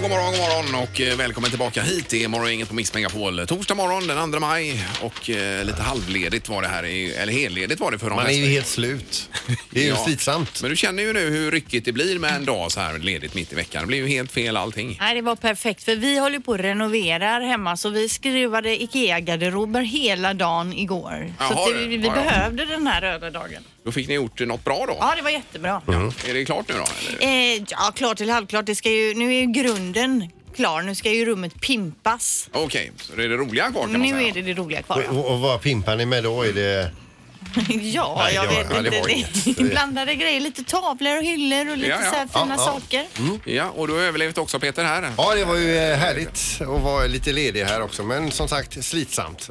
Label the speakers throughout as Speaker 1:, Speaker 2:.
Speaker 1: morgon och eh, välkommen tillbaka hit. Det är Morgongänget på Mix Megapol. Torsdag morgon den 2 maj och eh, lite halvledigt var det här, i- eller helledigt var det för de
Speaker 2: Man är ju
Speaker 1: flesta.
Speaker 2: helt slut. Det är ju
Speaker 1: Ja.
Speaker 2: slitsamt.
Speaker 1: Men du känner ju nu hur ryckigt det blir med en dag så här ledigt mitt i veckan. Det blir ju helt fel allting.
Speaker 3: Nej, det var perfekt för vi håller på och renoverar hemma så vi skruvade IKEA-garderober hela dagen igår. så
Speaker 1: Jaha,
Speaker 3: att det, vi
Speaker 1: ja, ja.
Speaker 3: behövde den här röda dagen.
Speaker 1: Då fick ni gjort eh, något bra då?
Speaker 3: Ja, det var jättebra.
Speaker 1: Är det klart nu då? Eller?
Speaker 3: Eh, ja, klart till halvklart. Det ska ju, nu är ju grunden klar. Nu ska ju rummet pimpas.
Speaker 1: Okej, så det är det roliga kvar kan man säga. Mm.
Speaker 3: Nu är
Speaker 1: då?
Speaker 3: det det roliga kvar.
Speaker 2: Och, och vad pimpar ni med då? Är det...
Speaker 3: Ja,
Speaker 2: Nej,
Speaker 3: jag
Speaker 2: det var-
Speaker 3: vet
Speaker 2: ja, det
Speaker 3: inte.
Speaker 2: var
Speaker 3: Det
Speaker 2: inget.
Speaker 3: är blandade grejer. Lite tavlor och hyllor och lite
Speaker 1: Ja, Mm. ja.
Speaker 3: så här
Speaker 2: Ja,
Speaker 3: fina
Speaker 2: ja.
Speaker 3: saker.
Speaker 1: Ja, och du har överlevt också Peter här.
Speaker 2: Ja, det var ju eh, härligt att vara lite ledig här också, men som sagt slitsamt.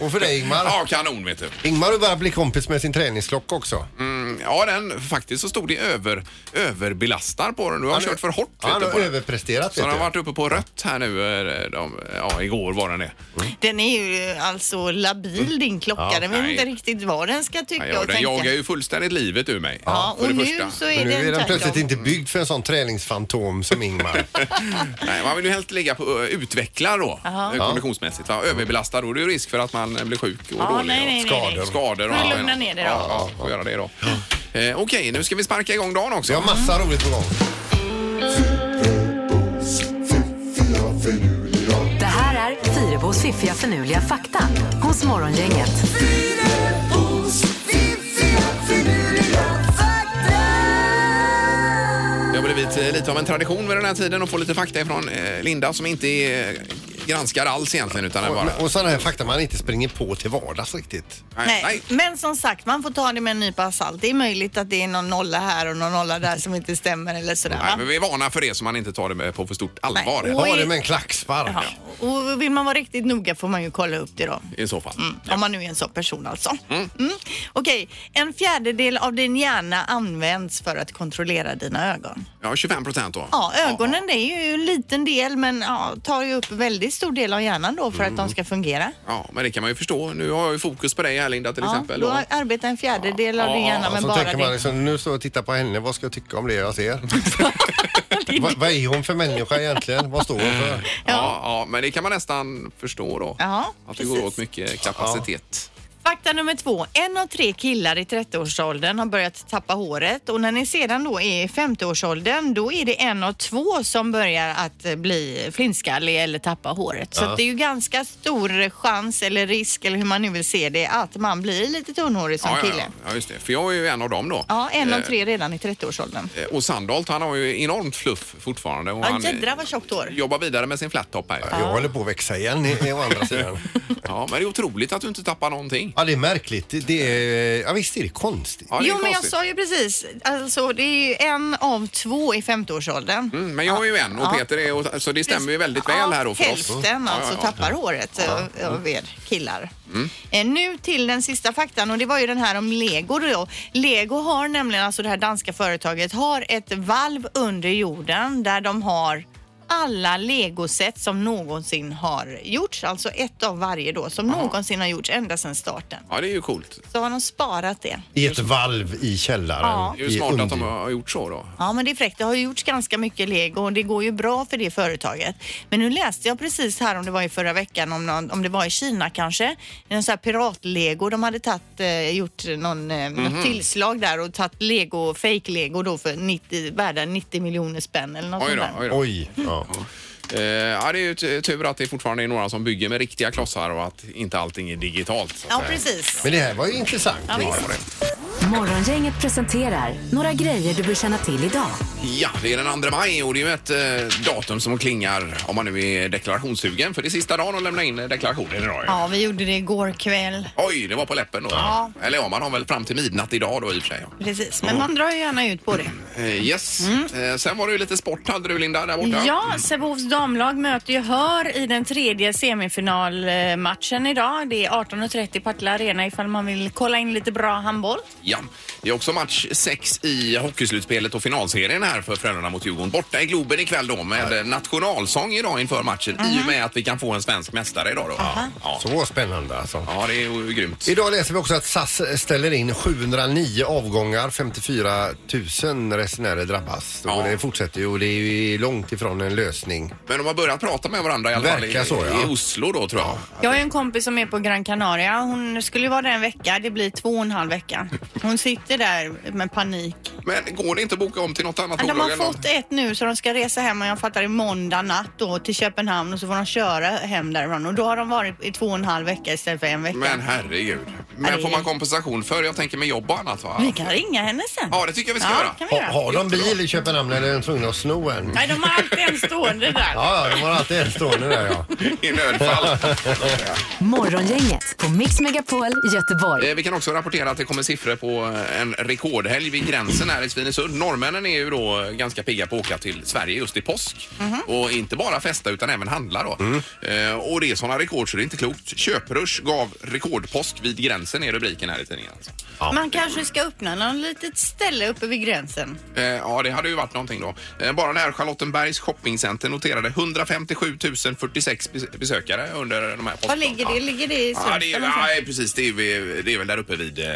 Speaker 2: Och för dig Ingmar?
Speaker 1: Ja, kanon vet du.
Speaker 2: Ingmar har bara bli kompis med sin träningsklocka också.
Speaker 1: Mm, ja, den faktiskt så stod det över, överbelastar på den. Du har
Speaker 2: Han är-
Speaker 1: kört för hårt. vet
Speaker 2: Han
Speaker 1: du,
Speaker 2: har
Speaker 1: på den.
Speaker 2: överpresterat
Speaker 1: Så den
Speaker 2: vet
Speaker 1: har
Speaker 2: du.
Speaker 1: varit uppe på rött här nu. eh, De, ja, igår var den det.
Speaker 3: Den är ju alltså labil din klocka. den vet
Speaker 1: nej.
Speaker 3: inte riktigt vad den ska tycka
Speaker 1: Ja, jag,
Speaker 3: och
Speaker 1: den
Speaker 3: tänka.
Speaker 1: jagar ju fullständigt livet ur mig.
Speaker 3: Ja,
Speaker 1: för
Speaker 3: och
Speaker 1: det
Speaker 3: nu
Speaker 1: första.
Speaker 3: så är
Speaker 2: Men nu
Speaker 3: den,
Speaker 2: är den
Speaker 3: tvärtom.
Speaker 2: plötsligt inte byggd för en sån träningsfantom som Ingmar.
Speaker 1: Nej, man vill ju helst ligga på ö, utveckla då,
Speaker 3: Jaha.
Speaker 1: eh, konditionsmässigt. Va? Överbelastad, då är det ju risk för att man eh, blir sjuk och
Speaker 3: Ja,
Speaker 1: dålig.
Speaker 3: nej, nej, nej.
Speaker 2: Skador.
Speaker 1: Och
Speaker 3: nej.
Speaker 1: skador. och
Speaker 3: Får du
Speaker 1: allt
Speaker 3: lugna
Speaker 1: annat.
Speaker 3: ner dig då?
Speaker 1: Ja, ja, får göra det då. Eh, Okej, nu ska vi sparka igång dagen också.
Speaker 2: Vi har massa
Speaker 3: Mm.
Speaker 2: roligt på gång.
Speaker 4: Det här är Fyrabos fiffiga förnuliga fakta hos Morgongänget.
Speaker 1: Det har blivit eh, lite av en tradition vid den här tiden att få lite fakta ifrån eh, Linda som inte är, eh, granskar alls egentligen utan är bara...
Speaker 2: Och, och sådana här fakta man inte springer på till vardags riktigt.
Speaker 1: Nej,
Speaker 3: Nej.
Speaker 1: nej.
Speaker 3: Men som sagt, man får ta det med en nypa salt. Det är möjligt att det är någon nolla här och någon nolla där som inte stämmer eller sådär.
Speaker 1: Nej,
Speaker 3: va?
Speaker 1: men vi är vana för det så man inte tar det med på för stort allvar
Speaker 3: Nej.
Speaker 1: heller,
Speaker 2: Vad var
Speaker 3: i-
Speaker 2: det med en klackspark?
Speaker 3: Ja. Och vill man vara riktigt noga får man ju kolla upp det då.
Speaker 1: i så fall.
Speaker 3: Om man nu är en sån person alltså. Mm. Okej, en fjärdedel av din hjärna används för att kontrollera dina ögon.
Speaker 1: Ja, 25 procent då.
Speaker 3: Ja, ögonen det är ju en liten del men ja, tar ju upp väldigt stor del av hjärnan då för att de ska fungera.
Speaker 1: Ja, men det kan man ju förstå. Nu har jag ju fokus på dig här Linda till
Speaker 3: Ja,
Speaker 1: exempel.
Speaker 3: då
Speaker 1: Och-
Speaker 3: arbetar en fjärdedel av din
Speaker 1: Ja,
Speaker 3: hjärna med
Speaker 2: så
Speaker 3: bara
Speaker 2: tänker man
Speaker 3: det.
Speaker 2: liksom, nu står jag och tittar på henne, vad ska jag tycka om det jag ser? Va, vad är hon för människa egentligen? Vad står hon för?
Speaker 1: ja. ja, men det kan man nästan förstå då.
Speaker 3: Ja,
Speaker 1: att det
Speaker 3: precis.
Speaker 1: går åt mycket kapacitet.
Speaker 3: Fakta nummer två. En av tre killar i 30-årsåldern har börjat tappa håret och när ni sedan då är i 50-årsåldern då är det en av två som börjar att eh, bli flintskallig eller tappa håret. Så att det är ju ganska stor chans eller risk eller hur man nu vill se det att man blir lite tunnhårig som
Speaker 1: Ja, Eh. ja,
Speaker 3: kille.
Speaker 1: ja. ja, just det. För jag är ju en av dem då.
Speaker 3: Ja, en av tre redan i 30-årsåldern.
Speaker 1: Eh, Och Sandholt, han har ju enormt fluff fortfarande. Och
Speaker 3: Ja,
Speaker 1: han eh,
Speaker 3: jädrar vad tjockt hår.
Speaker 1: jobbar vidare med sin flat top här. Ja.
Speaker 2: Jag håller på att växa igen i, i, å andra sidan.
Speaker 1: ja, men det är otroligt att du inte tappar någonting.
Speaker 2: Ja, det är märkligt. Det, det är, ja, visst är det konstigt.
Speaker 1: Ja, det är
Speaker 3: Jo, men jag
Speaker 1: konstigt.
Speaker 3: sa ju precis, alltså det är ju en av två i 50-årsåldern.
Speaker 1: Mm, men jag är ju en och Peter är, och, så det stämmer ju väldigt väl här då för oss.
Speaker 3: Hälften alltså tappar håret eh, av er killar.
Speaker 1: Mm.
Speaker 3: Eh, Nu till den sista faktan och det var ju den här om Lego då. Lego har nämligen, alltså det här danska företaget, har ett valv under jorden där de har alla legoset som någonsin har gjorts, alltså ett av varje då som någonsin har gjorts ända sedan starten.
Speaker 1: Ja, det är ju coolt.
Speaker 3: Så har de sparat det.
Speaker 2: I ett valv i källaren.
Speaker 3: Ja.
Speaker 1: Det är
Speaker 2: I
Speaker 1: ju smart att
Speaker 2: under-
Speaker 1: de har gjort så då.
Speaker 3: Ja, men det är fräckt. Det har ju gjorts ganska mycket lego och det går ju bra för det företaget. Men nu läste jag precis här, om det var i förra veckan, om, någon, om det var i Kina kanske, en sån här piratlego. De hade tagit, eh, gjort någon, eh,
Speaker 1: Mhm.
Speaker 3: något tillslag där och tagit lego, fake lego då för 90, värda 90 miljoner spänn eller något
Speaker 1: Oj
Speaker 3: sånt
Speaker 1: då, oj
Speaker 3: där.
Speaker 1: då.
Speaker 2: Oj. Ja.
Speaker 1: Eh, ja, det är ju t- tur att det fortfarande är några som bygger med riktiga klossar och att inte allting är digitalt. så att
Speaker 3: Ja,
Speaker 1: säga.
Speaker 3: precis.
Speaker 2: Men det här var ju intressant.
Speaker 3: Ja, visst.
Speaker 4: Morgongänget presenterar några grejer du bör känna till idag.
Speaker 1: Ja, det är den 2 maj och det är ju ett eh, datum som klingar om man nu är deklarationssugen. För det är sista dagen att lämna in eh, deklarationen idag. ju.
Speaker 3: Ja, vi gjorde det igår kväll.
Speaker 1: Oj, det var på läppen då.
Speaker 3: Ja.
Speaker 1: Eller ja, man har väl fram till midnatt idag då i och för sig. ja.
Speaker 3: Precis, men man drar ju gärna ut på det.
Speaker 1: Eh, yes. Eh, sen var det ju lite sport hade du Linda där borta.
Speaker 3: Mm. Ja, Sävehofs damlag möter ju Hör i den tredje semifinalmatchen idag. Det är 18.30 på Partille Arena ifall man vill kolla in lite bra handboll.
Speaker 1: Ja. Det är också match 6 i hockeyslutspelet och finalserien här för Frölunda mot Djurgården. Borta i Globen ikväll då med eh, nationalsång idag inför matchen
Speaker 3: Mhm.
Speaker 1: i och med att vi kan få en svensk mästare idag då. Ja.
Speaker 2: Så spännande alltså.
Speaker 1: ja, det är ju grymt.
Speaker 2: Idag läser vi också att SAS ställer in 709 avgångar. 54 000 resenärer drabbas.
Speaker 1: Ja.
Speaker 2: Och det fortsätter ju och det är ju långt ifrån en lösning.
Speaker 1: Men de har börjat prata med varandra i alla fall i,
Speaker 2: Verkar så, ja.
Speaker 1: i Oslo då tror jag.
Speaker 3: Jag har ju en kompis som är på Gran Canaria. Hon skulle ju vara där en vecka. Det blir två och en halv vecka. Hon sitter där med panik.
Speaker 1: Men går det inte att boka om till något annat
Speaker 3: Men de har
Speaker 1: eller något?
Speaker 3: fått ett nu så de ska resa hem och jag fattar i måndag natt då till Köpenhamn och så får de köra hem därifrån. Och då har de varit i två och en halv vecka istället för en vecka.
Speaker 1: Men herregud. Men
Speaker 3: Nej.
Speaker 1: får man kompensation för? Jag tänker med jobb och annat va?
Speaker 3: Vi kan ringa henne sen.
Speaker 1: Ja, det tycker jag vi ska
Speaker 3: Ja,
Speaker 1: göra.
Speaker 3: det kan vi
Speaker 2: Ha,
Speaker 3: göra.
Speaker 2: har de bil i Köpenhamn eller är de tvungna att sno en?
Speaker 3: Nej, de har alltid en stående där.
Speaker 2: Ja, ja, de har alltid en stående där ja.
Speaker 1: I nödfall.
Speaker 4: Morgongänget på Mix Megapol Göteborg.
Speaker 1: Eh, Vi kan också rapportera att det kommer siffror på eh, en rekordhelg vid gränsen här i Svinesund. Norrmännen är ju då eh, ganska pigga på att åka till Sverige just i påsk. Och inte bara festa utan även handla då. Eh, Och det är sådana rekord så det är inte klokt. Köprush gav rekordpåsk vid gränsen är rubriken här i tidningen. Alltså.
Speaker 3: Man kanske ska öppna någon litet ställe uppe vid gränsen.
Speaker 1: Eh, Ja, det hade ju varit någonting då. Eh, Bara när Charlottenbergs shoppingcenter noterade 157 046 bes- besökare under de här
Speaker 3: Var
Speaker 1: påskdagarna.
Speaker 3: ligger det? Ligger det i
Speaker 1: Ja, det är,
Speaker 3: Sundsvall någonstans?
Speaker 1: nej, precis. Det är, vid- det är väl där uppe vid eh,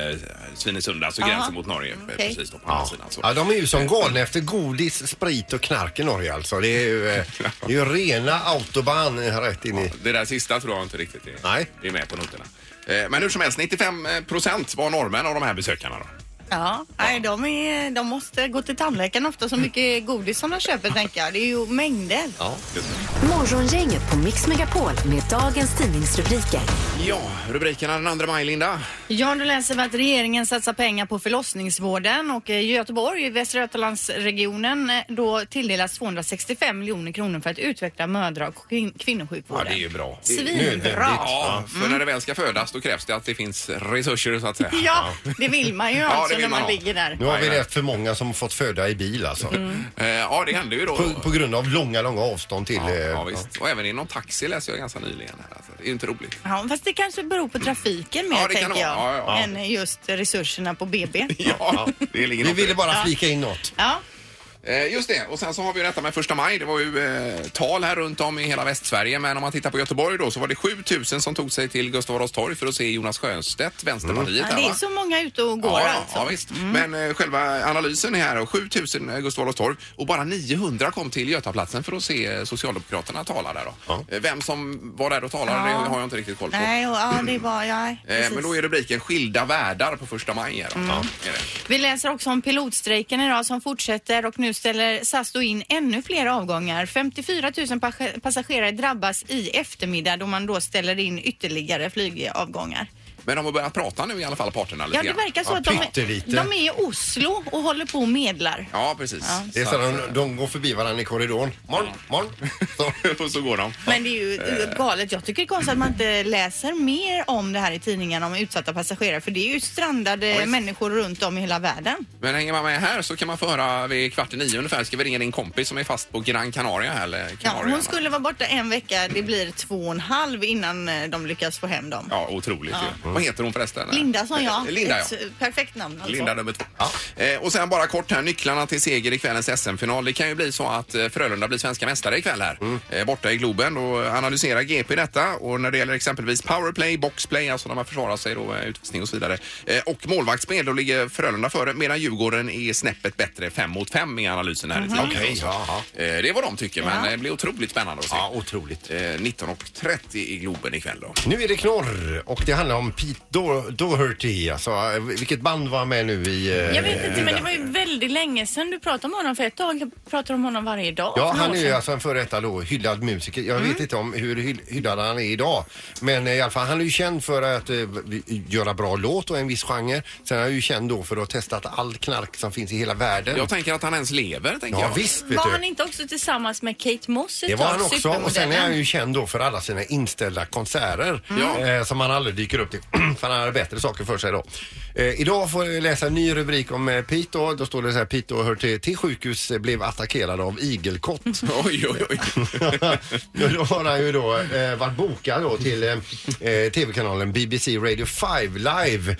Speaker 1: Svinesund, alltså
Speaker 3: Aha.
Speaker 1: gränsen mot Norge.
Speaker 3: Okej.
Speaker 1: Precis då på andra sidan. Så.
Speaker 2: Ja, de är ju som galna efter godis, sprit och knark i Norge alltså. Det är ju, eh, det är ju rena autobahn rätt in i...
Speaker 1: Det där sista tror jag inte riktigt är,
Speaker 2: Nej.
Speaker 1: är med på noterna. Eh, Men hur som helst, 95 procent var norrmän av de här besökarna. Då.
Speaker 3: Ja, nej, de, är, de måste gå till tandläkaren ofta så mycket godis som de köper tänker jag. Det är ju mängder.
Speaker 1: Just det.
Speaker 4: Morgongänget på Mix Megapol med dagens tidningsrubriker.
Speaker 1: Ja, rubrikerna den 2 maj, Linda.
Speaker 3: Ja, du läser vi att regeringen satsar pengar på förlossningsvården och eh, Göteborg, i Västra Götalandsregionen, eh, då tilldelas 265 miljoner kronor för att utveckla mödra och kvin-
Speaker 1: Ja,
Speaker 3: kvinnosjukvården.
Speaker 1: det är ju bra.
Speaker 3: Svinbra!
Speaker 1: Ja, för när det väl ska födas då krävs det att det finns resurser så att säga.
Speaker 3: Mm. Ja, det vill man ju alltså
Speaker 1: det vill
Speaker 3: när man,
Speaker 1: man ha.
Speaker 3: ligger där.
Speaker 2: Nu har vi rätt för många som fått föda i bil alltså.
Speaker 1: Eh, Ja, det händer ju då.
Speaker 2: På, på grund av långa, långa avstånd till...
Speaker 1: Ja,
Speaker 2: eh,
Speaker 1: ja, visst. Och även inom taxi läser jag ganska nyligen. Här. Alltså, det är ju inte roligt.
Speaker 3: Ja, fast det kanske beror på trafiken mer
Speaker 1: Ja, det kan
Speaker 3: tänker
Speaker 1: det
Speaker 3: jag,
Speaker 1: vara. Ja, ja, ja.
Speaker 3: än just resurserna på BB.
Speaker 1: Ja, det ligger
Speaker 2: Vi
Speaker 1: något i
Speaker 2: ville
Speaker 1: det.
Speaker 2: bara flika in något.
Speaker 3: Ja,
Speaker 1: Eh, Just det, och sen så har vi ju detta med första maj. Det var ju eh, tal här runt om i hela Västsverige. Men om man tittar på Göteborg då så var det 7000 som tog sig till Gustav Adolfs torg för att se Jonas Sjöstedt, Vänsterpartiet.
Speaker 3: Mm. ja,
Speaker 1: här,
Speaker 3: det är
Speaker 1: va?
Speaker 3: så många ute och går
Speaker 1: ja,
Speaker 3: alltså.
Speaker 1: ja, visst. Men eh, själva analysen är här. och 7000 eh, Gustav Adolfs torg och bara 900 kom till Götaplatsen för att se eh, Socialdemokraterna tala där. Då. Eh, Vem som var där och talade
Speaker 3: Ja.
Speaker 1: det har jag inte riktigt koll på.
Speaker 3: Nej, och, ja, det var... Ja,
Speaker 1: Eh,
Speaker 3: precis. Mm.
Speaker 1: men då är rubriken Skilda världar på första maj. Här, då. Ja, är det.
Speaker 3: Vi läser också om pilotstrejken idag som fortsätter och nu ställer SAS då in ännu fler avgångar. 54 000 pas- passagerare drabbas i eftermiddag då man då ställer in ytterligare flygavgångar.
Speaker 1: Men de har börjat prata nu i alla fall, parterna. Lite
Speaker 3: Ja, det
Speaker 1: grann.
Speaker 3: verkar så
Speaker 2: Ja,
Speaker 3: att de,
Speaker 2: pyttelite.
Speaker 3: de är i Oslo och håller på och medlar.
Speaker 1: Ja, precis.
Speaker 2: Det är så att de, de går förbi varandra i korridoren. Morgon, morgon. Så.
Speaker 1: och så går de.
Speaker 3: Men det är ju eh, galet. Jag tycker det är konstigt att man inte läser mer om det här i tidningarna om utsatta passagerare för det är ju strandade
Speaker 1: Ja, visst.
Speaker 3: människor runt om i hela världen.
Speaker 1: Men hänger man med här så kan man få höra vid kvart i nio ungefär. Ska vi ringa din kompis som är fast på Gran Canaria här, eller
Speaker 3: Ja,
Speaker 1: Kanarierna?
Speaker 3: hon skulle vara borta en vecka, det blir två och en halv innan eh, de lyckas få hem dem.
Speaker 1: Ja, otroligt ju. Vad heter hon förresten?
Speaker 3: Linda som jag.
Speaker 1: Eh, Linda, ja.
Speaker 3: Ett eh, perfekt namn alltså.
Speaker 1: Linda nummer två. Eh, och sen bara kort här, nycklarna till seger i kvällens SM-final. Det kan ju bli så att eh, Frölunda blir svenska mästare ikväll här.
Speaker 2: Mm.
Speaker 1: Eh, borta i Globen. Då analyserar GP detta och när det gäller exempelvis powerplay, boxplay, alltså när man försvarar sig då, eh, utvisning och så vidare. Eh, och målvaktsspel, då ligger Frölunda före medan Djurgården är snäppet bättre fem mot fem i analysen här. Mm.
Speaker 2: Mhm. Okej, ja,
Speaker 1: Eh, det är vad de tycker, men
Speaker 3: Ja.
Speaker 1: eh, det blir otroligt spännande att se.
Speaker 2: ja, otroligt.
Speaker 1: Eh, 19.30 i Globen ikväll då.
Speaker 2: Nu är det knorr och det handlar om Pete Do- Doherty. Alltså, eh, vilket band var han med nu i... eh,
Speaker 5: Jag vet inte, men det
Speaker 2: den?
Speaker 5: var ju väldigt länge sedan du pratade om honom. För ett tag pratade du om honom varje dag.
Speaker 2: Ja,
Speaker 5: för några
Speaker 2: han
Speaker 5: år
Speaker 2: är ju
Speaker 5: sedan. Mm.
Speaker 2: alltså en före detta då hyllad musiker. Jag vet inte om hur hyll- hyllad han är idag. Men eh, i alla fall, han är ju känd för att eh, göra bra låt och en viss genre. Sen är han ju känd då för att ha testat all knark som finns i hela världen.
Speaker 1: Jag tänker att han ens lever, tänker
Speaker 2: ja,
Speaker 1: jag.
Speaker 2: visst vet
Speaker 5: Var
Speaker 2: du.
Speaker 5: han inte också tillsammans med Kate Moss ett
Speaker 2: Det var
Speaker 5: tag,
Speaker 2: han också och sen är
Speaker 5: supermodellen?
Speaker 2: han ju känd då för alla sina inställda konserter
Speaker 1: Ja.
Speaker 2: eh, som han aldrig dyker upp till för han har bättre saker för sig då. Eh, idag får jag läsa en ny rubrik om eh, Pete då. Då står det så här Pete hör till, till sjukhus eh, blev attackerad av igelkott.
Speaker 1: Oj, oj, oj.
Speaker 2: Ja, då har han ju då eh, varit bokad då till eh, eh, tv-kanalen BBC Radio 5 live.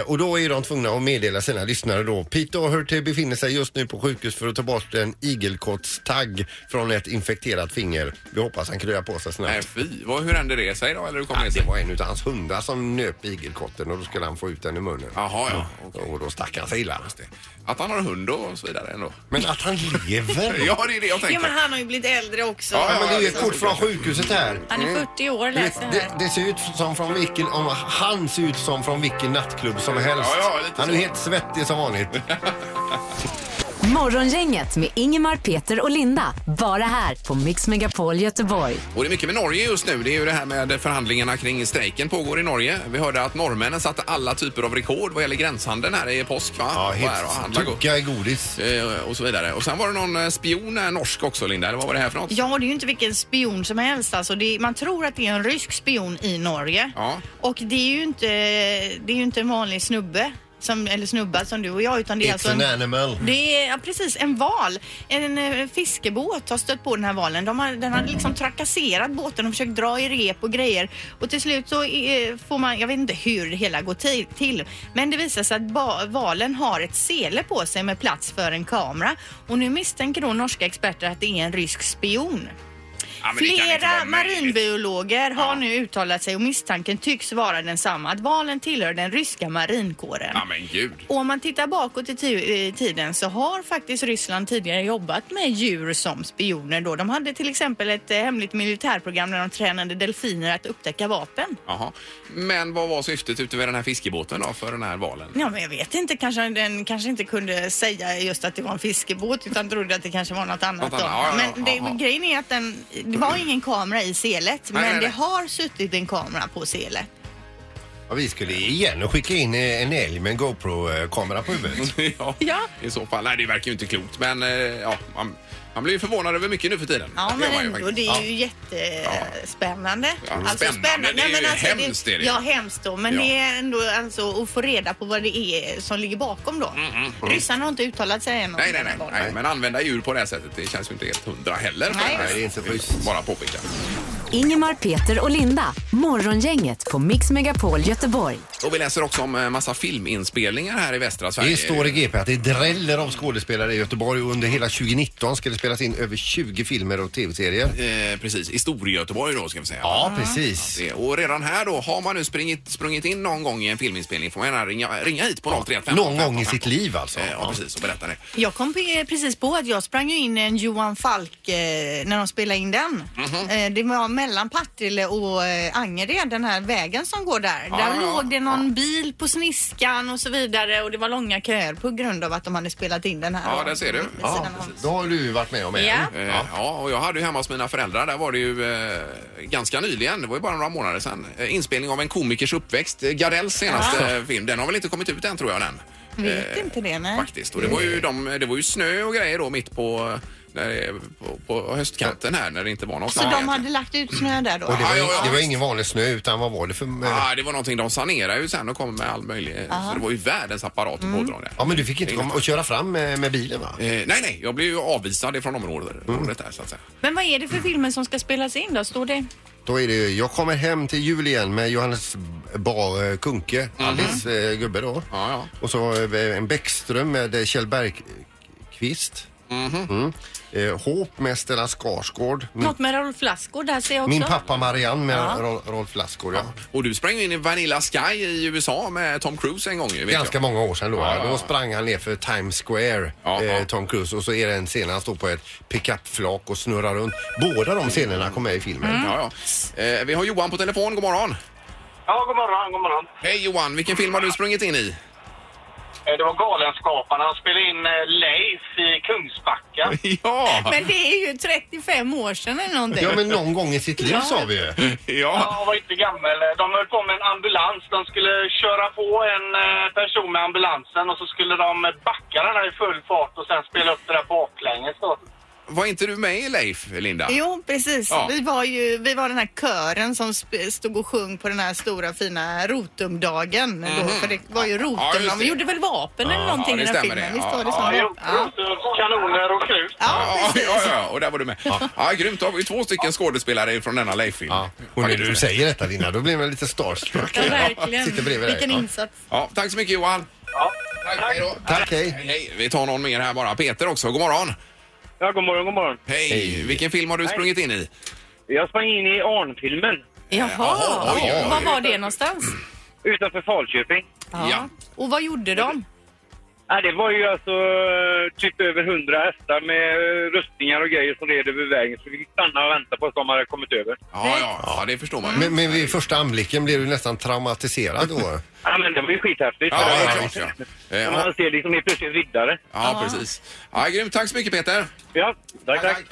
Speaker 2: Eh, och då är de tvungna att meddela sina lyssnare då. Pete Doherty befinner sig just nu på sjukhus för att ta bort en igelkottstagg från ett infekterat finger. Vi hoppas han kryar på sig
Speaker 1: Nej,
Speaker 2: snabbt.
Speaker 1: fy. Vad, hur hände det sig då? Eller hur kom
Speaker 2: Ja,
Speaker 1: det
Speaker 2: det
Speaker 1: sig?
Speaker 2: var en utav hans hundar som nöp igelkotten och då skulle han få ut den ur munnen.
Speaker 1: Jaha, ja. Okej.
Speaker 2: Och då stack han sig illa.
Speaker 1: Just det. Att han har hund och så vidare ändå.
Speaker 2: Men att han lever!
Speaker 1: Ja, det är det jag
Speaker 3: Jo, men
Speaker 1: tänker.
Speaker 3: han har ju blivit äldre också.
Speaker 1: Ja,
Speaker 2: Ja, men det är ju ett kort från sjukhuset här.
Speaker 5: Han
Speaker 1: Mm.
Speaker 5: är 40 år
Speaker 2: Du vet,
Speaker 5: läser
Speaker 2: det,
Speaker 5: här.
Speaker 2: det ser ut som från vilken, om han ser ut som från vilken nattklubb som helst.
Speaker 1: Ja, ja, lite
Speaker 2: han är
Speaker 1: så.
Speaker 2: helt svettig som vanligt.
Speaker 4: Morgongänget med Ingemar, Peter och Linda. Bara här på Mix Megapol Göteborg.
Speaker 1: Och det är mycket med Norge just nu. Det är ju det här med förhandlingarna kring strejken pågår i Norge. Vi hörde att norrmännen satte alla typer av rekord vad gäller gränshandeln här i påsk. Va?
Speaker 2: Ja,
Speaker 1: Och här och
Speaker 2: helt
Speaker 1: handla gott.
Speaker 2: tugga i godis.
Speaker 1: Eh, Och så vidare. Och sen var det någon eh, spion här, norsk också Linda, eller vad var det här för något?
Speaker 3: Ja, det är ju inte vilken spion som helst. Alltså det, är- man tror att det är en rysk spion i Norge.
Speaker 1: Ja.
Speaker 3: Och det är ju inte, det är ju inte en vanlig snubbe, som, eller snubba som du och jag, utan det är alltså
Speaker 2: It's
Speaker 3: en,
Speaker 2: an animal.
Speaker 3: det är ja, precis en val. En eh, fiskebåt har stött på den här valen. De har, den har liksom trakasserat båten och försökt dra i rep och grejer. Och till slut så eh, får man, jag vet inte hur det hela går ti- till, men det visar sig att ba- valen har ett sele på sig med plats för en kamera. Och nu misstänker då norska experter att det är en rysk spion.
Speaker 1: Ja, men det kan inte vara
Speaker 3: Flera
Speaker 1: möjligt.
Speaker 3: marinbiologer har
Speaker 1: Ja.
Speaker 3: nu uttalat sig och misstanken tycks vara densamma, att valen tillhör den ryska marinkåren.
Speaker 1: Ja men gud.
Speaker 3: Och om man tittar bakåt i ti- i tiden så har faktiskt Ryssland tidigare jobbat med djur som spioner då. De hade till exempel ett eh, hemligt militärprogram där de tränade delfiner att upptäcka vapen.
Speaker 1: Jaha. Men vad var syftet ute vid den här fiskebåten då för den här valen?
Speaker 3: Ja, men jag vet inte, kanske, den kanske inte kunde säga just att det var en fiskebåt utan trodde att det kanske var något annat.
Speaker 1: Något
Speaker 3: då.
Speaker 1: annat, ja, ja,
Speaker 3: men det,
Speaker 1: ja, ja.
Speaker 3: grejen är att den, det var ingen kamera i selet,
Speaker 1: Nej,
Speaker 3: men
Speaker 1: nej, nej.
Speaker 3: det har suttit en kamera på selet.
Speaker 2: Ja, vi skulle igen och skicka in eh, en älg med en GoPro-kamera på huvudet.
Speaker 1: ja,
Speaker 3: Ja.
Speaker 1: i så fall. Nej, det verkar ju inte klokt. Men eh, ja, man, man blir ju förvånad över mycket nu för tiden.
Speaker 3: Ja,
Speaker 1: Det gör man ju
Speaker 3: men ändå.
Speaker 1: faktiskt.
Speaker 3: Det är ju jättespännande.
Speaker 1: Ja, spännande. Det är
Speaker 3: men
Speaker 1: ju
Speaker 3: alltså,
Speaker 1: hemskt, är det ju.
Speaker 3: Ja, hemskt då. Men
Speaker 1: Ja.
Speaker 3: det är ändå alltså att få reda på vad det är som ligger bakom då. Ryssarna har inte uttalat sig än. om
Speaker 1: Mm, Nej, nej, nej,
Speaker 3: den här
Speaker 1: nej. Men använda djur på det här sättet, det känns ju inte helt hundra heller. eh,
Speaker 3: Nej.
Speaker 2: Nej, det är inte schysst.
Speaker 1: Bara påpeka.
Speaker 4: Ingemar, Peter och Linda. Morgongänget på Mix Megapol Göteborg.
Speaker 1: Och vi läser också om eh, massa filminspelningar här i västra Sverige.
Speaker 2: Det står i GP att det dräller av skådespelare i Göteborg och under hela 2019 ska det spelas in över 20 filmer och tv-serier.
Speaker 1: Eh, precis, i Storgöteborg då ska vi säga.
Speaker 2: Ja, precis.
Speaker 1: Det- Och redan här då, har man nu springit, sprungit in någon gång i en filminspelning får man gärna ringa, ringa hit på 031
Speaker 2: Någon gång i sitt liv alltså.
Speaker 1: Eh, Ja, precis, och berätta det.
Speaker 3: Jag kom pe- precis på att jag sprang ju in en Johan Falk eh, när de spelade in den.
Speaker 1: Mm,
Speaker 3: Eh, det var mellan Partille och eh, Angered, den här vägen som går där.
Speaker 1: Ja,
Speaker 3: där
Speaker 1: ja, ja.
Speaker 3: låg det någon bil på sniskan och så vidare och det var långa köer på grund av att de hade spelat in den här.
Speaker 1: Ja, där ser du.
Speaker 3: Vid
Speaker 2: Ja,
Speaker 3: sidan av.
Speaker 2: då har du varit med om en.
Speaker 5: Ja.
Speaker 1: Eh, Ja. och jag hade ju hemma hos mina föräldrar, där var det ju eh, ganska nyligen, det var ju bara några månader sedan, eh, inspelning av en komikers uppväxt, eh, Gardells senaste eh, film. Den har väl inte kommit ut än tror jag den. Eh,
Speaker 3: Vet inte det, nej.
Speaker 1: Faktiskt. Och det var, ju de, det var ju snö och grejer då mitt på, när det- på, på höstkanten här när det inte var något.
Speaker 3: Så de hade lagt ut snö där då?
Speaker 2: Och det, var,
Speaker 1: Ja, ja, ja.
Speaker 2: det var ingen vanlig snö utan vad var det för...
Speaker 1: Ah, det var någonting de sanerade ju sen och kom med all möjlig... Så det var ju världens apparat
Speaker 3: Mm.
Speaker 1: och pådrag
Speaker 2: Ja men du fick inte komma och köra fram med, med bilen va?
Speaker 1: Eh, nej, nej, jag blev ju avvisad ifrån området,
Speaker 3: Mm.
Speaker 1: området där så att säga.
Speaker 5: Men vad är det för filmer som ska spelas in då? Står det?
Speaker 2: Då är det ju, jag kommer hem till jul igen med Johannes Bar eh, Kunke, Alice eh, gubbe då.
Speaker 1: Mhm. Ja, ja.
Speaker 2: Och så eh, en Bäckström med eh, Kjell Bergqvist.
Speaker 1: Mhm.
Speaker 2: Mm. Eh, Håp med Stellan Skarsgård. Min,
Speaker 5: Något med Rolf Lassgård där ser jag också.
Speaker 2: min pappa Marianne med Rol- Rolf Lassgård. Ja.
Speaker 1: Och du sprang ju in i Vanilla Sky i USA med Tom Cruise en gång ju. Vet
Speaker 2: Ganska
Speaker 1: jag.
Speaker 2: många år sedan då.
Speaker 1: Ja, ja.
Speaker 2: Då sprang han ner för Times Square,
Speaker 1: Ja, ja.
Speaker 2: eh, Tom Cruise. Och så är det en scen när han står på ett pickupflak och snurrar runt. Båda de scenerna kom med i filmen.
Speaker 1: Ja, ja. Eh, vi har Johan på telefon, god morgon.
Speaker 6: Ja, god morgon, god morgon.
Speaker 1: Hej Johan, vilken film har du sprungit in i?
Speaker 6: Eh, Det var Galenskaparna. Han spelade in eh, Leif i Kungsbacka.
Speaker 1: Ja,
Speaker 5: Men det är ju 35 år sedan eller någonting.
Speaker 2: Ja men någon gång i sitt liv sa vi ju.
Speaker 6: Ja,
Speaker 1: ja.
Speaker 6: han var inte gammal. Eh, De höll på med en ambulans. De skulle köra på en eh, person med ambulansen och så skulle de eh, backa den här i full fart och sen spela upp det där baklänges. då.
Speaker 1: Var inte du med i Leif, Linda?
Speaker 3: Jo, precis.
Speaker 1: Ja.
Speaker 3: Vi var ju vi var den här kören som sp- stod och sjöng på den här stora fina Rotumdagen. Då, för det var ju
Speaker 1: Mhm. Ja,
Speaker 3: Rotum.
Speaker 1: just
Speaker 5: De gjorde väl vapen eller
Speaker 1: ja,
Speaker 5: någonting
Speaker 1: det
Speaker 5: i den här
Speaker 1: stämmer
Speaker 5: filmen?
Speaker 1: det.
Speaker 3: Visst var det
Speaker 1: Ja,
Speaker 3: så?
Speaker 6: Ja,
Speaker 3: Ja.
Speaker 6: jo, kanoner och krut.
Speaker 1: Ja, ja, ja, och där var du med. Ja, grymt, då har vi två stycken skådespelare från denna Leif-film.
Speaker 2: Ja. Och när du säger detta Linda, då blir man lite starstruck.
Speaker 5: Ja, verkligen.
Speaker 2: Sitter bredvid
Speaker 5: Vilken
Speaker 2: dig.
Speaker 5: insats.
Speaker 1: Ja, tack så mycket Johan.
Speaker 6: Ja.
Speaker 1: Tack, hej då.
Speaker 2: Tack, hej.
Speaker 1: Hej, hej. Vi tar någon mer här bara. Peter också, god morgon.
Speaker 6: ja, god morgon, god morgon.
Speaker 1: Hej. Vilken film har du sprungit in i?
Speaker 6: Jag sprang in i Arnfilmen.
Speaker 5: Jaha.
Speaker 1: Jaha, oj, oj, oj.
Speaker 5: Var var det någonstans?
Speaker 6: Utanför Falköping.
Speaker 1: Ja.
Speaker 3: Och vad gjorde de?
Speaker 6: Ja, det var ju alltså eh, typ över 100 hästar med eh, rustningar och grejer som red över vägen. Så vi fick stanna och vänta på att de hade kommit över.
Speaker 1: Ja, ja, ja, det förstår man ju.
Speaker 2: Men, men vid första anblicken blev du nästan traumatiserad då.
Speaker 6: Ja, men det var ju skithäftigt.
Speaker 1: Ja, det
Speaker 6: det
Speaker 1: är klart. Ja. Eh,
Speaker 6: Man
Speaker 1: ja,
Speaker 6: ser liksom helt plötsligt riddare.
Speaker 1: ja, precis. Ja, grymt. Tack så mycket, Peter.
Speaker 6: Ja, tack, tack.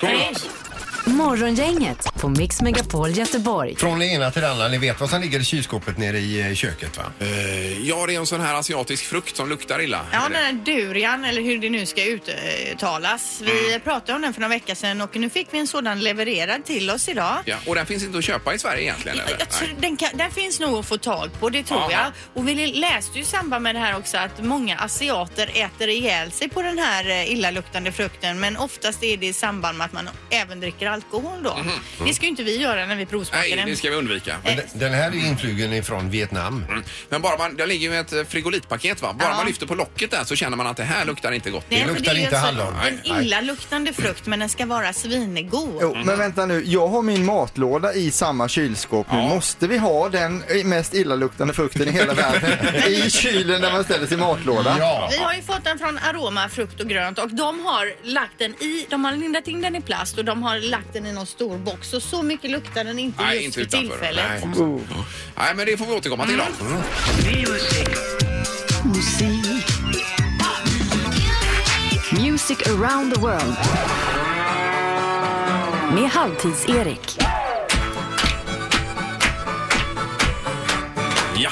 Speaker 4: Morgongänget på Mix Megapol Göteborg.
Speaker 2: Från det ena till det andra. Ni vet vad som ligger i kylskåpet nere i eh, köket va?
Speaker 1: Eh, Ja, det är en sån här asiatisk frukt som luktar illa.
Speaker 3: Ja,
Speaker 1: Är
Speaker 3: den
Speaker 1: det?
Speaker 3: här durian eller hur det nu ska uttalas. Vi
Speaker 1: Mm.
Speaker 3: pratade om den för några veckor sedan och nu fick vi en sådan levererad till oss idag.
Speaker 1: ja. Och den finns inte att köpa i Sverige egentligen?
Speaker 3: Jag,
Speaker 1: Eller?
Speaker 3: jag tror,
Speaker 1: Nej.
Speaker 3: den, kan, den finns nog att få tag på, det tror
Speaker 1: Ja.
Speaker 3: jag. Och vi läste ju i samband med det här också att många asiater äter ihjäl sig på den här eh, illaluktande frukten men oftast är det i samband med att man även dricker alkohol då. Det ska ju inte vi göra när vi provsmakar
Speaker 1: Mhm. Mm. Nej, det
Speaker 3: den.
Speaker 1: ska vi undvika.
Speaker 2: Men den- Den här är ju influgen ifrån Vietnam.
Speaker 1: Men bara man, där ligger ju ett eh, frigolitpaket va? Bara
Speaker 3: Ja.
Speaker 1: man lyfter på locket där så känner man att det här luktar inte gott.
Speaker 3: Nej, för
Speaker 2: luktar
Speaker 3: är ju
Speaker 2: inte
Speaker 3: alltså
Speaker 2: hallon.
Speaker 1: Nej,
Speaker 3: En illaluktande frukt men den ska vara svingod.
Speaker 7: Jo, men vänta nu. Jag har min matlåda i samma kylskåp nu. Måste vi ha den mest illaluktande frukten i hela världen i kylen när man ställer sin matlåda?
Speaker 2: Ja.
Speaker 3: Vi har ju fått den från Aroma frukt och grönt och de har lagt den i, de har lindat in den i plast och de har lagt den i någon stor box och så mycket luktar den inte
Speaker 1: Nej,
Speaker 3: just
Speaker 1: inte
Speaker 3: för
Speaker 1: utanför.
Speaker 3: tillfället. Mm.
Speaker 1: Nej. Nej, men det får vi återkomma till då.
Speaker 4: Music around the world. Med Halvtids-Erik.
Speaker 1: Ja,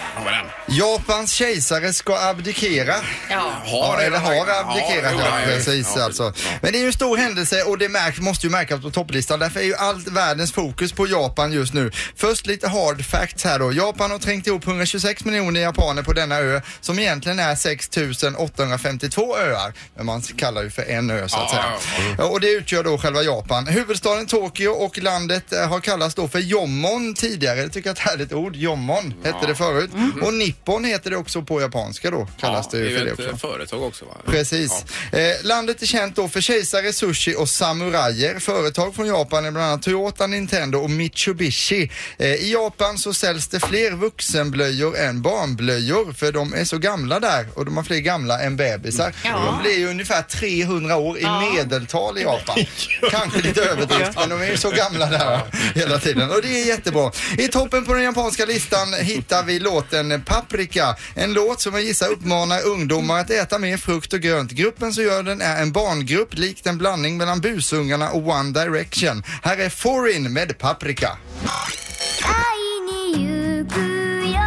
Speaker 1: har vi den.
Speaker 7: Japans kejsare ska abdikera.
Speaker 3: Ja.
Speaker 7: Ja, eller har
Speaker 1: Ja,
Speaker 7: abdikerat.
Speaker 1: jo,
Speaker 7: Ja,
Speaker 1: ja, ja,
Speaker 7: precis
Speaker 1: ja,
Speaker 7: alltså. Men det är ju en stor händelse och det märks, måste ju märkas på topplistan. Därför är ju allt världens fokus på Japan just nu. Först lite hard facts här då. Japan har trängt ihop 126 miljoner japaner på denna ö som egentligen är 6 852 öar. Men man kallar ju för en ö så att
Speaker 1: Ja,
Speaker 7: säga.
Speaker 1: ja,
Speaker 7: Ja, Och det utgör då själva Japan. Huvudstaden Tokyo och landet eh, har kallats då för Jommon tidigare. Det tycker jag är ett härligt ord. Jommon hette det förut. Och Nippon heter det också på japanska då. Kallas Mm. det
Speaker 1: Ja,
Speaker 7: ju för
Speaker 1: är
Speaker 7: det
Speaker 1: ett
Speaker 7: också.
Speaker 1: eh, företag också va?
Speaker 7: Precis. Eh, landet är känt då för kejsare, sushi och samurajer. Företag från Japan är bland annat Toyota, Nintendo och Mitsubishi. Eh, I Japan så säljs det fler vuxenblöjor än barnblöjor för de är så gamla där och de har fler gamla än bebisar. De blir ju ungefär 300 år i medeltal i Japan. Kanske lite överdrift men de är ju så gamla där hela tiden och det är jättebra. I toppen på den japanska listan hittar vi låten Paprika. En låt som jag gissar uppmanar ungdomar att äta mer frukt och grönt. Gruppen som gör den är en barngrupp likt en blandning mellan busungarna och One Direction. Här är Foreign med Paprika.
Speaker 8: 会いに行くよ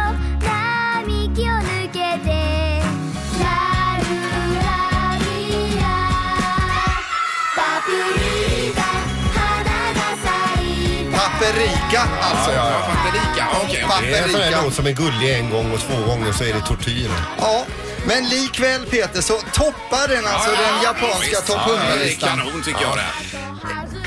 Speaker 8: 並木を抜けてラルラリラパプリカ花が咲いた
Speaker 7: Paprika alltså.
Speaker 1: Ja, Paprika, okej. okej.
Speaker 2: Det är en sån här
Speaker 7: Paprika.
Speaker 2: låt som är gullig en gång och två gånger så är det tortyr.
Speaker 7: Ja, men likväl Peter så toppar den alltså
Speaker 1: Ja, ja,
Speaker 7: den
Speaker 1: ja,
Speaker 7: japanska
Speaker 1: visst.
Speaker 7: topp
Speaker 1: Ja, det är
Speaker 7: 100-listan.
Speaker 1: kanon tycker jag det.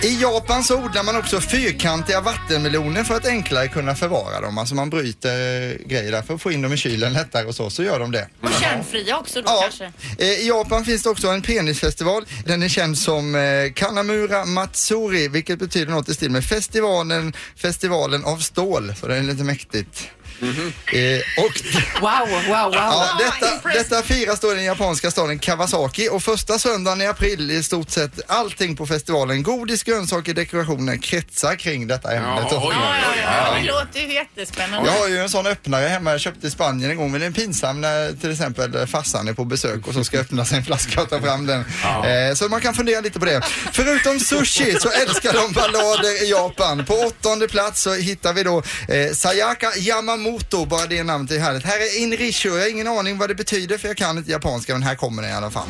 Speaker 7: I Japan så odlar man också fyrkantiga vattenmeloner för att enklare kunna förvara dem. Alltså man bryter eh, grejer där för att få in dem i kylen lättare och så, så gör de det.
Speaker 5: Och kärnfria också då kanske.
Speaker 7: Eh, I Japan finns det också en penisfestival. Den är känd som eh, Kanamura Matsuri, vilket betyder något i stil med festivalen, festivalen av stål. Så det är lite mäktigt. Eh, och
Speaker 9: Wow, wow, wow.
Speaker 7: Ja, detta, detta firas då i den japanska staden Kawasaki och första söndagen i april är i stort sett allting på festivalen. Godis, grönsaker, dekorationer kretsar kring detta ämne.
Speaker 1: Jaha, oj, oj, oj.
Speaker 3: Ja, det låter ju jättespännande.
Speaker 7: Jag har ju en sån öppnare hemma jag köpte i Spanien en gång men den är pinsam när till exempel farsan är på besök och så ska öppna sin flaska och ta fram den. Eh, så man kan fundera lite på det. Förutom sushi så älskar de ballader i Japan. På åttonde plats så hittar vi då eh, Sayaka Yamamoto, bara det namnet är härligt. Här är Inrishu, jag har ingen aning vad det betyder för jag kan inte japanska men här kommer den i alla fall.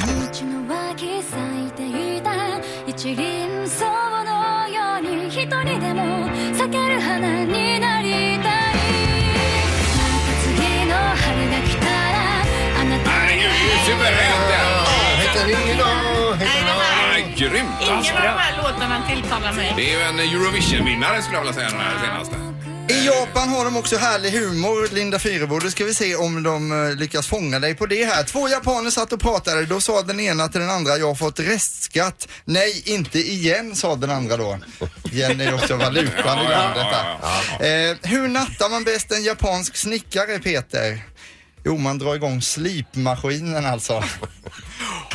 Speaker 8: 雪の分け咲いていた一輪草のように一人でも咲ける花になりたいまた次の春が来たらあなた
Speaker 1: Herregud, det är suveränt det.
Speaker 2: Hejsan, ingen dag,
Speaker 3: Nej,
Speaker 2: hejsan.
Speaker 3: den
Speaker 1: Ja,
Speaker 3: här-
Speaker 1: Ah, Grymt
Speaker 3: Ingen av
Speaker 1: alltså.
Speaker 3: de här låtarna tilltalar mig.
Speaker 1: Det är ju en Eurovision-vinnare skulle jag vilja säga den här senaste.
Speaker 7: I Japan har de också härlig humor, Linda Fyrebo. Då ska vi se om de eh, lyckas fånga dig på det här. Två japaner satt och pratade. Då sa den ena till den andra, jag har fått restskatt. Nej, inte igen, sa den andra då. Yen är också valutan i
Speaker 1: Ja, ja,
Speaker 7: landet.
Speaker 1: ja,
Speaker 7: där. Eh, hur nattar man bäst en japansk snickare, Peter? Jo, man drar igång slipmaskinen alltså.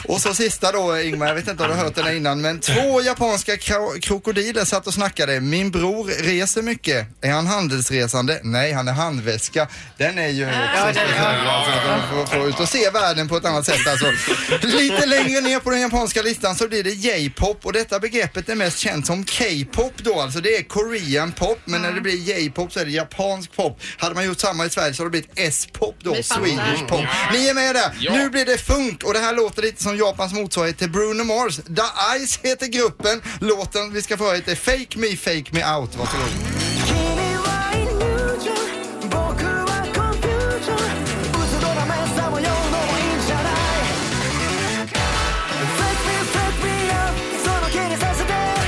Speaker 7: Och så sista då Ingmar, jag vet inte om du har hört den här innan men två japanska kro- krokodiler satt och snackade. Min bror reser mycket. Är han handelsresande? Nej, han är handväska. Den är ju också speciell. Alltså, de får, får ut och se världen på ett annat sätt alltså. Lite längre ner på den japanska listan så blir det J-pop och detta begreppet är mest känt som K-pop då alltså. Det är Korean pop men när det blir J-pop så är det japansk pop. Hade man gjort samma i Sverige så hade det blivit S-pop då,
Speaker 5: Vi fattar.
Speaker 7: Swedish pop. Ni är med där.
Speaker 1: Ja.
Speaker 7: Nu blir det funk och det här låter lite som Japans motsvarighet till Bruno Mars. The Ice heter gruppen. Låten vi ska få höra heter Fake Me, Fake Me Out. Varsågod.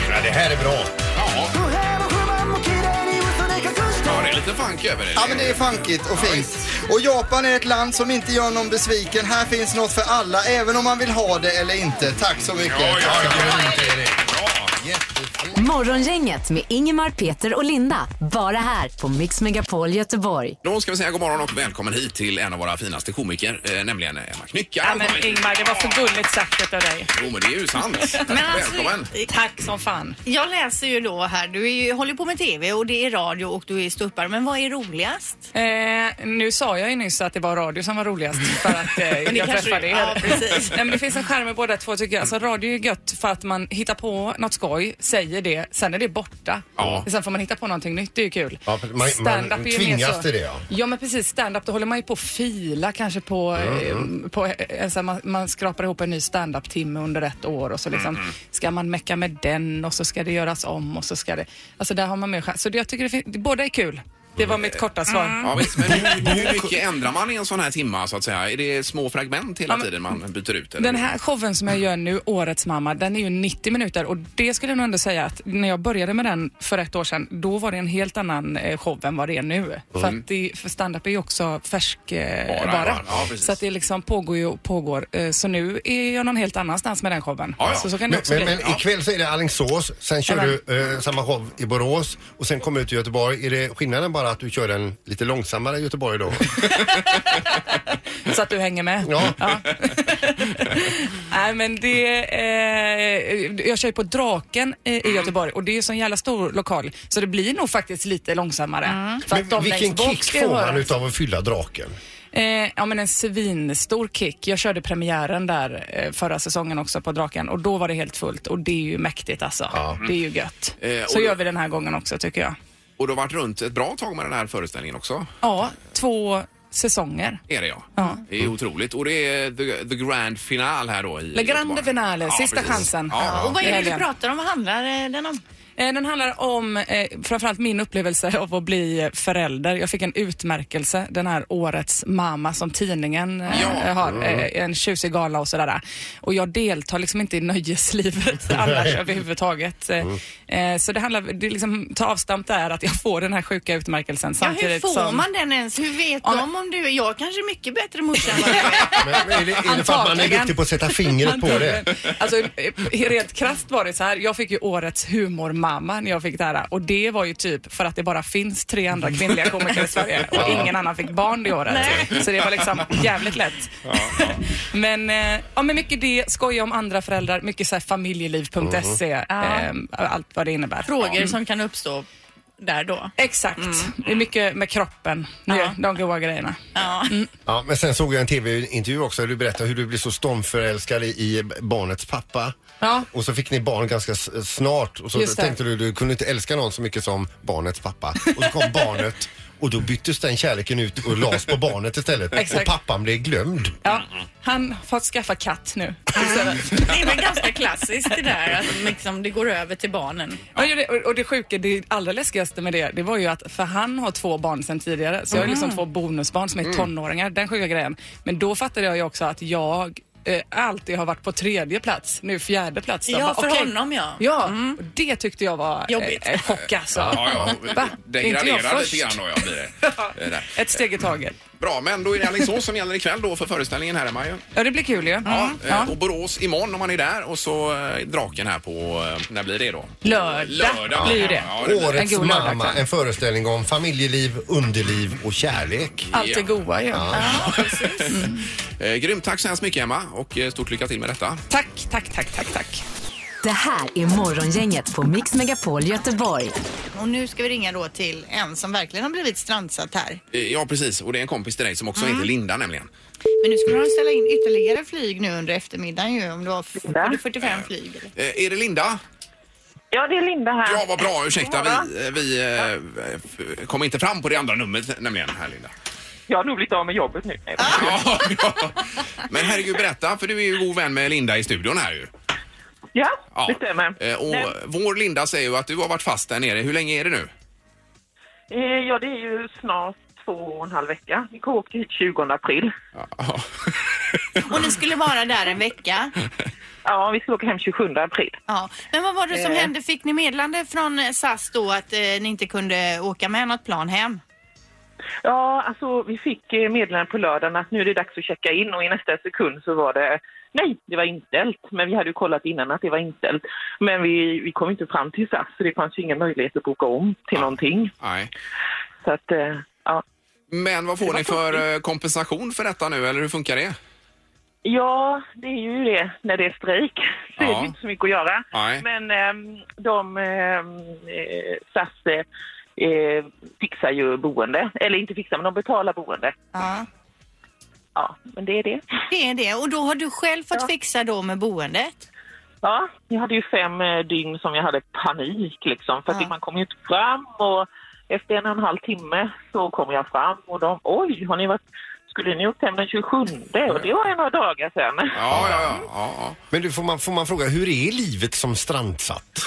Speaker 2: Ja, det här är bra.
Speaker 1: Ja, ja, det är lite funk över det.
Speaker 7: Ja men det är funkigt och fint. Och Japan är ett land som inte gör någon besviken. Här finns något för alla, även om man vill ha det eller inte. Tack så mycket.
Speaker 1: Ja, ja, ja. Bra.
Speaker 4: Morgongänget med Ingemar, Peter och Linda. Bara här på Mix Megapol Göteborg.
Speaker 1: Då ska vi säga god morgon och välkommen hit till en av våra finaste komiker, eh, nämligen Emma Knyckare.
Speaker 5: Ja, men Ingmar, det var för gulligt sagt av dig.
Speaker 1: Jo, men det är ju sant.
Speaker 5: Men alltså,
Speaker 1: Välkommen.
Speaker 5: tack som fan.
Speaker 3: Jag läser ju då här, du är ju, håller på med TV och det är radio och du är ståuppare, men vad är roligast?
Speaker 5: Eh, nu sa jag ju nyss att det var radio som var roligast för att eh, jag
Speaker 3: kanske-
Speaker 5: träffade er.
Speaker 3: ja, precis.
Speaker 5: Nej, men det finns en charm med båda två tycker jag. Alltså, radio är gött för att man hittar på något skoj, säger det, sen är det borta.
Speaker 1: Ja.
Speaker 5: Sen får man hitta på någonting nytt, det är ju kul.
Speaker 2: Ja, man- man
Speaker 5: Stand-up är ju mer
Speaker 2: tvingas
Speaker 5: så-
Speaker 2: till det, ja.
Speaker 5: Ja men precis, stand-up då håller man ju på att fila kanske på,
Speaker 2: Mm.
Speaker 5: eh, på eh, alltså, man, man skrapar ihop en ny stand-up timme under ett år och så liksom
Speaker 2: Mm,
Speaker 5: ska man mecka med den och så ska det göras om och så ska det, alltså där har man mer chans. Så det, jag tycker det fin- båda är kul. Det var mitt korta svar.
Speaker 1: Ja, visst, men hur, hur mycket ändrar man i en sån här timma så att säga? Är det små fragment hela
Speaker 5: Ja, men-
Speaker 1: tiden man byter ut? Eller?
Speaker 5: Den här showen som jag gör nu, Årets mamma, den är ju 90 minuter och det skulle jag nog ändå säga att när jag började med den för ett år sedan, då var det en helt annan eh, show än vad det är nu. För att det, för stand-up är ju också färsk eh,
Speaker 1: Mm. Bara,
Speaker 5: bara.
Speaker 1: bara. Ja, precis.
Speaker 5: så att det liksom pågår ju och pågår. Eh, så nu är jag någon helt annanstans med den showen.
Speaker 1: Ja, ja.
Speaker 5: Så, så kan det
Speaker 2: Men,
Speaker 5: också
Speaker 2: men,
Speaker 5: bli.
Speaker 2: men ikväll så är det Alingsås, sen kör du eh, samma show i Borås och sen kommer du till Göteborg. Är det skillnaden bara att du kör den lite långsammare i Göteborg då?
Speaker 5: Så att du hänger med?
Speaker 2: Ja.
Speaker 5: Nej men det, eh, jag kör ju på Draken eh,
Speaker 1: Mm.
Speaker 5: i Göteborg och det är ju sån jävla stor lokal så det blir nog faktiskt lite långsammare. För
Speaker 2: Men
Speaker 5: de
Speaker 2: vilken
Speaker 5: längst bak
Speaker 2: kick
Speaker 5: ska
Speaker 2: får
Speaker 5: höra.
Speaker 2: man utav att fylla draken?
Speaker 5: Eh, ja men en svinstor kick. Jag körde premiären där eh, förra säsongen också på Draken och då var det helt fullt och det är ju mäktigt alltså. Det är ju gött.
Speaker 1: Eh, och
Speaker 5: Så
Speaker 1: då-
Speaker 5: gör vi den här gången också tycker jag.
Speaker 1: Och du har varit runt ett bra tag med den här föreställningen också.
Speaker 5: Ja, två säsonger.
Speaker 1: Är det ja.
Speaker 5: Ja.
Speaker 1: Det är otroligt. Och det är the, the grand final här då i
Speaker 5: Le grande
Speaker 1: Göteborg.
Speaker 5: finale,
Speaker 1: Ja,
Speaker 5: sista
Speaker 1: precis.
Speaker 5: chansen.
Speaker 1: Ja.
Speaker 3: Och vad är det
Speaker 5: Helgen.
Speaker 3: du pratar om? Vad handlar eh, den om?
Speaker 5: Eh, Den handlar om eh, framförallt min upplevelse av att bli eh, förälder. Jag fick en utmärkelse, den här årets mamma som tidningen eh,
Speaker 1: Ja.
Speaker 5: eh, har. Eh, en tjusig gala och sådär. Och jag deltar liksom inte i nöjeslivet annars överhuvudtaget. Eh, eh, Så det handlar, det är liksom, ta avstamp där att jag får den här sjuka utmärkelsen
Speaker 3: Ja, hur
Speaker 5: samtidigt
Speaker 3: får
Speaker 5: som...
Speaker 3: man den ens? Hur vet
Speaker 5: Ja, men-
Speaker 3: de om du Jag kanske är mycket bättre morsa än vad du är.
Speaker 2: Men, men är, det, är det för att man är
Speaker 5: Antagligen.
Speaker 2: duktig på att sätta fingret på det?
Speaker 5: Alltså, eh, rent krasst var det så här. Jag fick ju årets humormamma när jag fick det här och det var ju typ för att det bara finns tre andra kvinnliga komiker i Sverige och ingen annan fick barn det året. Så det var liksom jävligt lätt. men, eh, ja, men mycket det, skoja om andra föräldrar, mycket så här familjeliv.se,
Speaker 2: Mhm.
Speaker 5: eh, allt vad det innebär.
Speaker 3: Frågor
Speaker 5: Ja.
Speaker 3: som kan uppstå där då.
Speaker 5: Exakt. Det är mycket med kroppen, nu,
Speaker 3: Ja.
Speaker 5: de goa grejerna.
Speaker 3: Ja.
Speaker 2: Ja, men sen såg jag en tv-intervju också där du berättade hur du blev så stormförälskad i, i barnets pappa.
Speaker 5: Ja.
Speaker 2: Och så fick ni barn ganska s- snart och så
Speaker 5: Just det.
Speaker 2: tänkte du du kunde inte älska någon så mycket som barnets pappa. Och så kom barnet och då byttes den kärleken ut och lades på barnet istället.
Speaker 5: Exakt.
Speaker 2: Och pappan blev glömd.
Speaker 5: Ja, han har fått skaffa katt nu istället.
Speaker 3: Det är väl ganska klassiskt det där att liksom, det går över till barnen.
Speaker 5: Ja. Ja, det- och- och det sjuka, det allra läskigaste med det, det var ju att för han har två barn sedan
Speaker 1: Mm.
Speaker 5: tidigare, så jag har liksom två bonusbarn som är tonåringar, den sjuka grejen. Men då fattade jag ju också att jag
Speaker 10: eh, alltid har varit på tredje plats, nu fjärde plats. Jag
Speaker 11: Ja,
Speaker 10: bara,
Speaker 11: för
Speaker 10: okej.
Speaker 11: honom, ja. Mm.
Speaker 10: Ja, och det tyckte jag var
Speaker 11: Jobbigt.
Speaker 10: Eh, en chock alltså.
Speaker 1: Ja, ja.
Speaker 10: Va?
Speaker 1: Den
Speaker 10: Inte jag
Speaker 1: graderar lite
Speaker 10: först?
Speaker 1: grann då, ja, blir det. Eh, där.
Speaker 10: Ett steg i taget.
Speaker 1: Bra, men då är det Alingsås som gäller ikväll då för föreställningen här hemma ju.
Speaker 10: Ja, det blir kul ju.
Speaker 1: Ja,
Speaker 10: Mm.
Speaker 1: eh, Och Borås imorgon om man är där och så eh, Draken här på, eh, när blir det då?
Speaker 10: Lördag,
Speaker 1: Lördag
Speaker 10: blir det.
Speaker 1: Ja, det blir det.
Speaker 2: Årets
Speaker 10: En god lördag,
Speaker 2: mamma,
Speaker 10: tack.
Speaker 2: en föreställning om familjeliv, underliv och kärlek.
Speaker 10: Allt det goa ju.
Speaker 1: Eh, grymt, tack så hemskt mycket Emma och eh, stort lycka till med detta.
Speaker 10: Tack, tack, tack, tack, tack.
Speaker 12: Det här är Morgongänget på Mix Megapol Göteborg.
Speaker 3: Och nu ska vi ringa då till en som verkligen har blivit strandsatt här.
Speaker 1: Eh, ja, precis. Och det är en kompis till dig som också heter Linda nämligen.
Speaker 3: Men nu skulle de ställa in ytterligare flyg nu under eftermiddagen ju om det var f- var det 45 flyg. eller?
Speaker 1: Eh, är det Linda?
Speaker 5: Ja, det är Linda här.
Speaker 1: Ja, vad bra. Ursäkta, vi, eh, vi eh, f- kom inte fram på det andra numret nämligen här Linda.
Speaker 5: Jag har nog blivit av med jobbet nu.
Speaker 10: Ah.
Speaker 5: Nej,
Speaker 1: Ja, ja. Men herregud, berätta, för du är ju god vän med Linda i studion här ju.
Speaker 5: Ja,
Speaker 1: Ja.
Speaker 5: det stämmer.
Speaker 1: Eh, Och
Speaker 5: Nej,
Speaker 1: vår Linda säger ju att du har varit fast där nere. Hur länge är det nu?
Speaker 5: eh, ja, det är ju snart två och en halv vecka. Vi åkte hit 20 april.
Speaker 1: Ja.
Speaker 3: Och ni skulle vara där en vecka.
Speaker 5: Ja, vi ska åka hem 27 april.
Speaker 3: Ja. Men vad var det som
Speaker 5: Eh.
Speaker 3: hände? Fick ni meddelande från eh, SAS då att eh, ni inte kunde åka med något plan hem?
Speaker 5: Ja, alltså vi fick eh, meddelande på lördagen att nu är det dags att checka in och i nästa sekund så var det nej, det var inställt. Men vi hade ju kollat innan att det var inställt. Men vi, vi kom inte fram till SAS så det fanns ju ingen möjlighet att boka om till någonting.
Speaker 1: Nej.
Speaker 5: Så att, eh, ja.
Speaker 1: Men vad får ni för eh, kompensation för detta nu, eller hur funkar det?
Speaker 5: Ja, det är ju det när det är strejk. Så är
Speaker 1: Ja.
Speaker 5: det inte så mycket att göra.
Speaker 1: Nej.
Speaker 5: Men ehm, de ehm, eh, SAS eh, eh, fixar ju boende. Eller inte fixar, men de betalar boende.
Speaker 3: Ja,
Speaker 5: Ja, men det är det.
Speaker 3: det är det. Och då har du själv fått fixa då med boendet?
Speaker 5: Ja, jag hade ju fem eh, dygn som jag hade panik liksom. För att
Speaker 3: Ja.
Speaker 5: man kom ju inte fram och efter en och en halv timme så kom jag fram och de, oj, har ni varit, skulle ni åkt hem den 27? Och det var ju några dagar sedan.
Speaker 1: Ja, ja, ja. ja, ja.
Speaker 2: Men du, får man, får man fråga, hur är livet som strandsatt?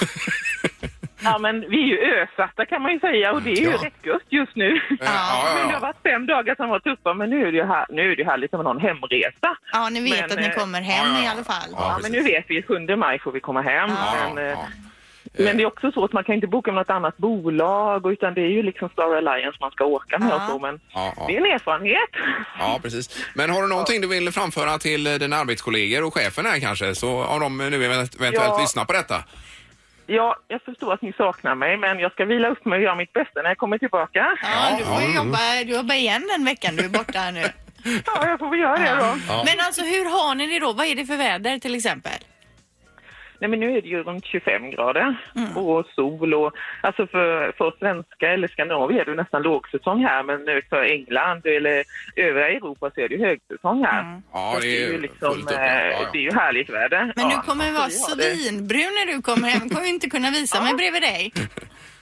Speaker 5: Ja, men vi är ju ösatta kan man ju säga och det är ju
Speaker 2: Ja.
Speaker 5: rätt gött just nu.
Speaker 1: Eh, Ja,
Speaker 5: Men det
Speaker 1: ja,
Speaker 5: har
Speaker 1: ja.
Speaker 5: varit fem dagar som var tuffa, men nu är det ju, här, nu är det ju härligt med någon hemresa.
Speaker 3: Ja, ni vet
Speaker 5: Men,
Speaker 3: att ni
Speaker 5: eh,
Speaker 3: kommer hem
Speaker 1: ja, ja,
Speaker 3: i
Speaker 1: ja.
Speaker 3: alla fall.
Speaker 1: Ja,
Speaker 5: Ja, men nu vet vi, 7 maj får vi komma hem.
Speaker 1: Ja,
Speaker 5: men, eh,
Speaker 1: ja.
Speaker 5: men det är också så att man kan inte boka med något annat bolag, och- utan det är ju liksom Star Alliance man ska åka med
Speaker 3: Ja.
Speaker 5: och så, men
Speaker 1: Ja, ja.
Speaker 5: det är en erfarenhet.
Speaker 1: Ja, precis. Men har du någonting du vill framföra till eh, dina arbetskollegor och chefen här kanske? Så om de nu event- eventuellt
Speaker 5: Ja.
Speaker 1: lyssnar på detta.
Speaker 5: Ja, jag förstår att ni saknar mig, men jag ska vila upp mig och göra mitt bästa när jag kommer tillbaka.
Speaker 3: Ja, du får ju jobba, du jobbar igen den veckan du är borta nu.
Speaker 5: Ja, jag får väl göra det då.
Speaker 3: Men alltså hur har ni det då? Vad är det för väder till exempel?
Speaker 5: Nej, men nu är det ju runt 25 grader
Speaker 3: Mm.
Speaker 5: och sol. Och, alltså för, för svenska eller Skandinavien är det ju nästan lågsäsong här men nu för England eller övriga Europa så är det ju högsäsong här.
Speaker 3: Mm.
Speaker 1: Ja,
Speaker 5: Så
Speaker 1: det är
Speaker 5: ju
Speaker 1: fullt upp.
Speaker 5: eh,
Speaker 1: Ja, ja.
Speaker 5: Det är ju härligt väder.
Speaker 3: Men
Speaker 5: Ja.
Speaker 3: du kommer vara
Speaker 5: Så vi har det.
Speaker 3: svinbrun när du kommer hem. kommer ju inte kunna visa mig bredvid dig.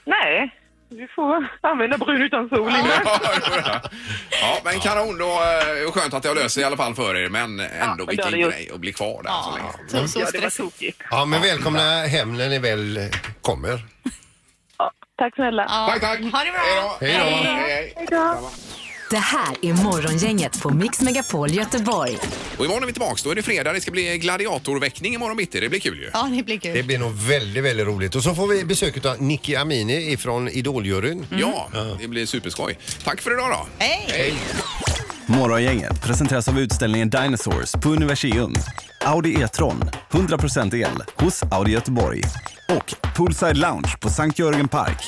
Speaker 5: Nej, vi får använda brun utan sol. innan.
Speaker 1: Ja, men kanon då. eh, Skönt att jag löser i alla fall för er, men ändå
Speaker 5: men det
Speaker 1: vilken
Speaker 5: hade gjort-
Speaker 1: grej att bli kvar där så länge.
Speaker 3: Så, så
Speaker 5: Ja, det var
Speaker 3: stressigt.
Speaker 5: tokigt.
Speaker 2: Ja, men välkomna hem när ni väl kommer.
Speaker 5: Ja, tack snälla.
Speaker 3: Ja.
Speaker 1: Tack, tack.
Speaker 3: Ha det bra.
Speaker 1: Hej då. Hej, hej.
Speaker 12: Det här är Morgongänget på Mix Megapol Göteborg.
Speaker 1: Och imorgon är vi tillbaks. Då är det fredag. Det ska bli gladiatorväckning imorgon bitti. Det blir kul ju.
Speaker 3: Ja, det blir kul.
Speaker 2: Det blir nog väldigt, väldigt roligt. Och så får vi besök av Nicky Amini ifrån Idoljuryn.
Speaker 1: Ja, det blir superskoj. Tack för idag då.
Speaker 3: Hej!
Speaker 6: Morgongänget presenteras av utställningen Dinosaurs på Universium. Audi E-tron, 100% el hos Audi Göteborg. Och Poolside Lounge på Sankt Jörgen Park.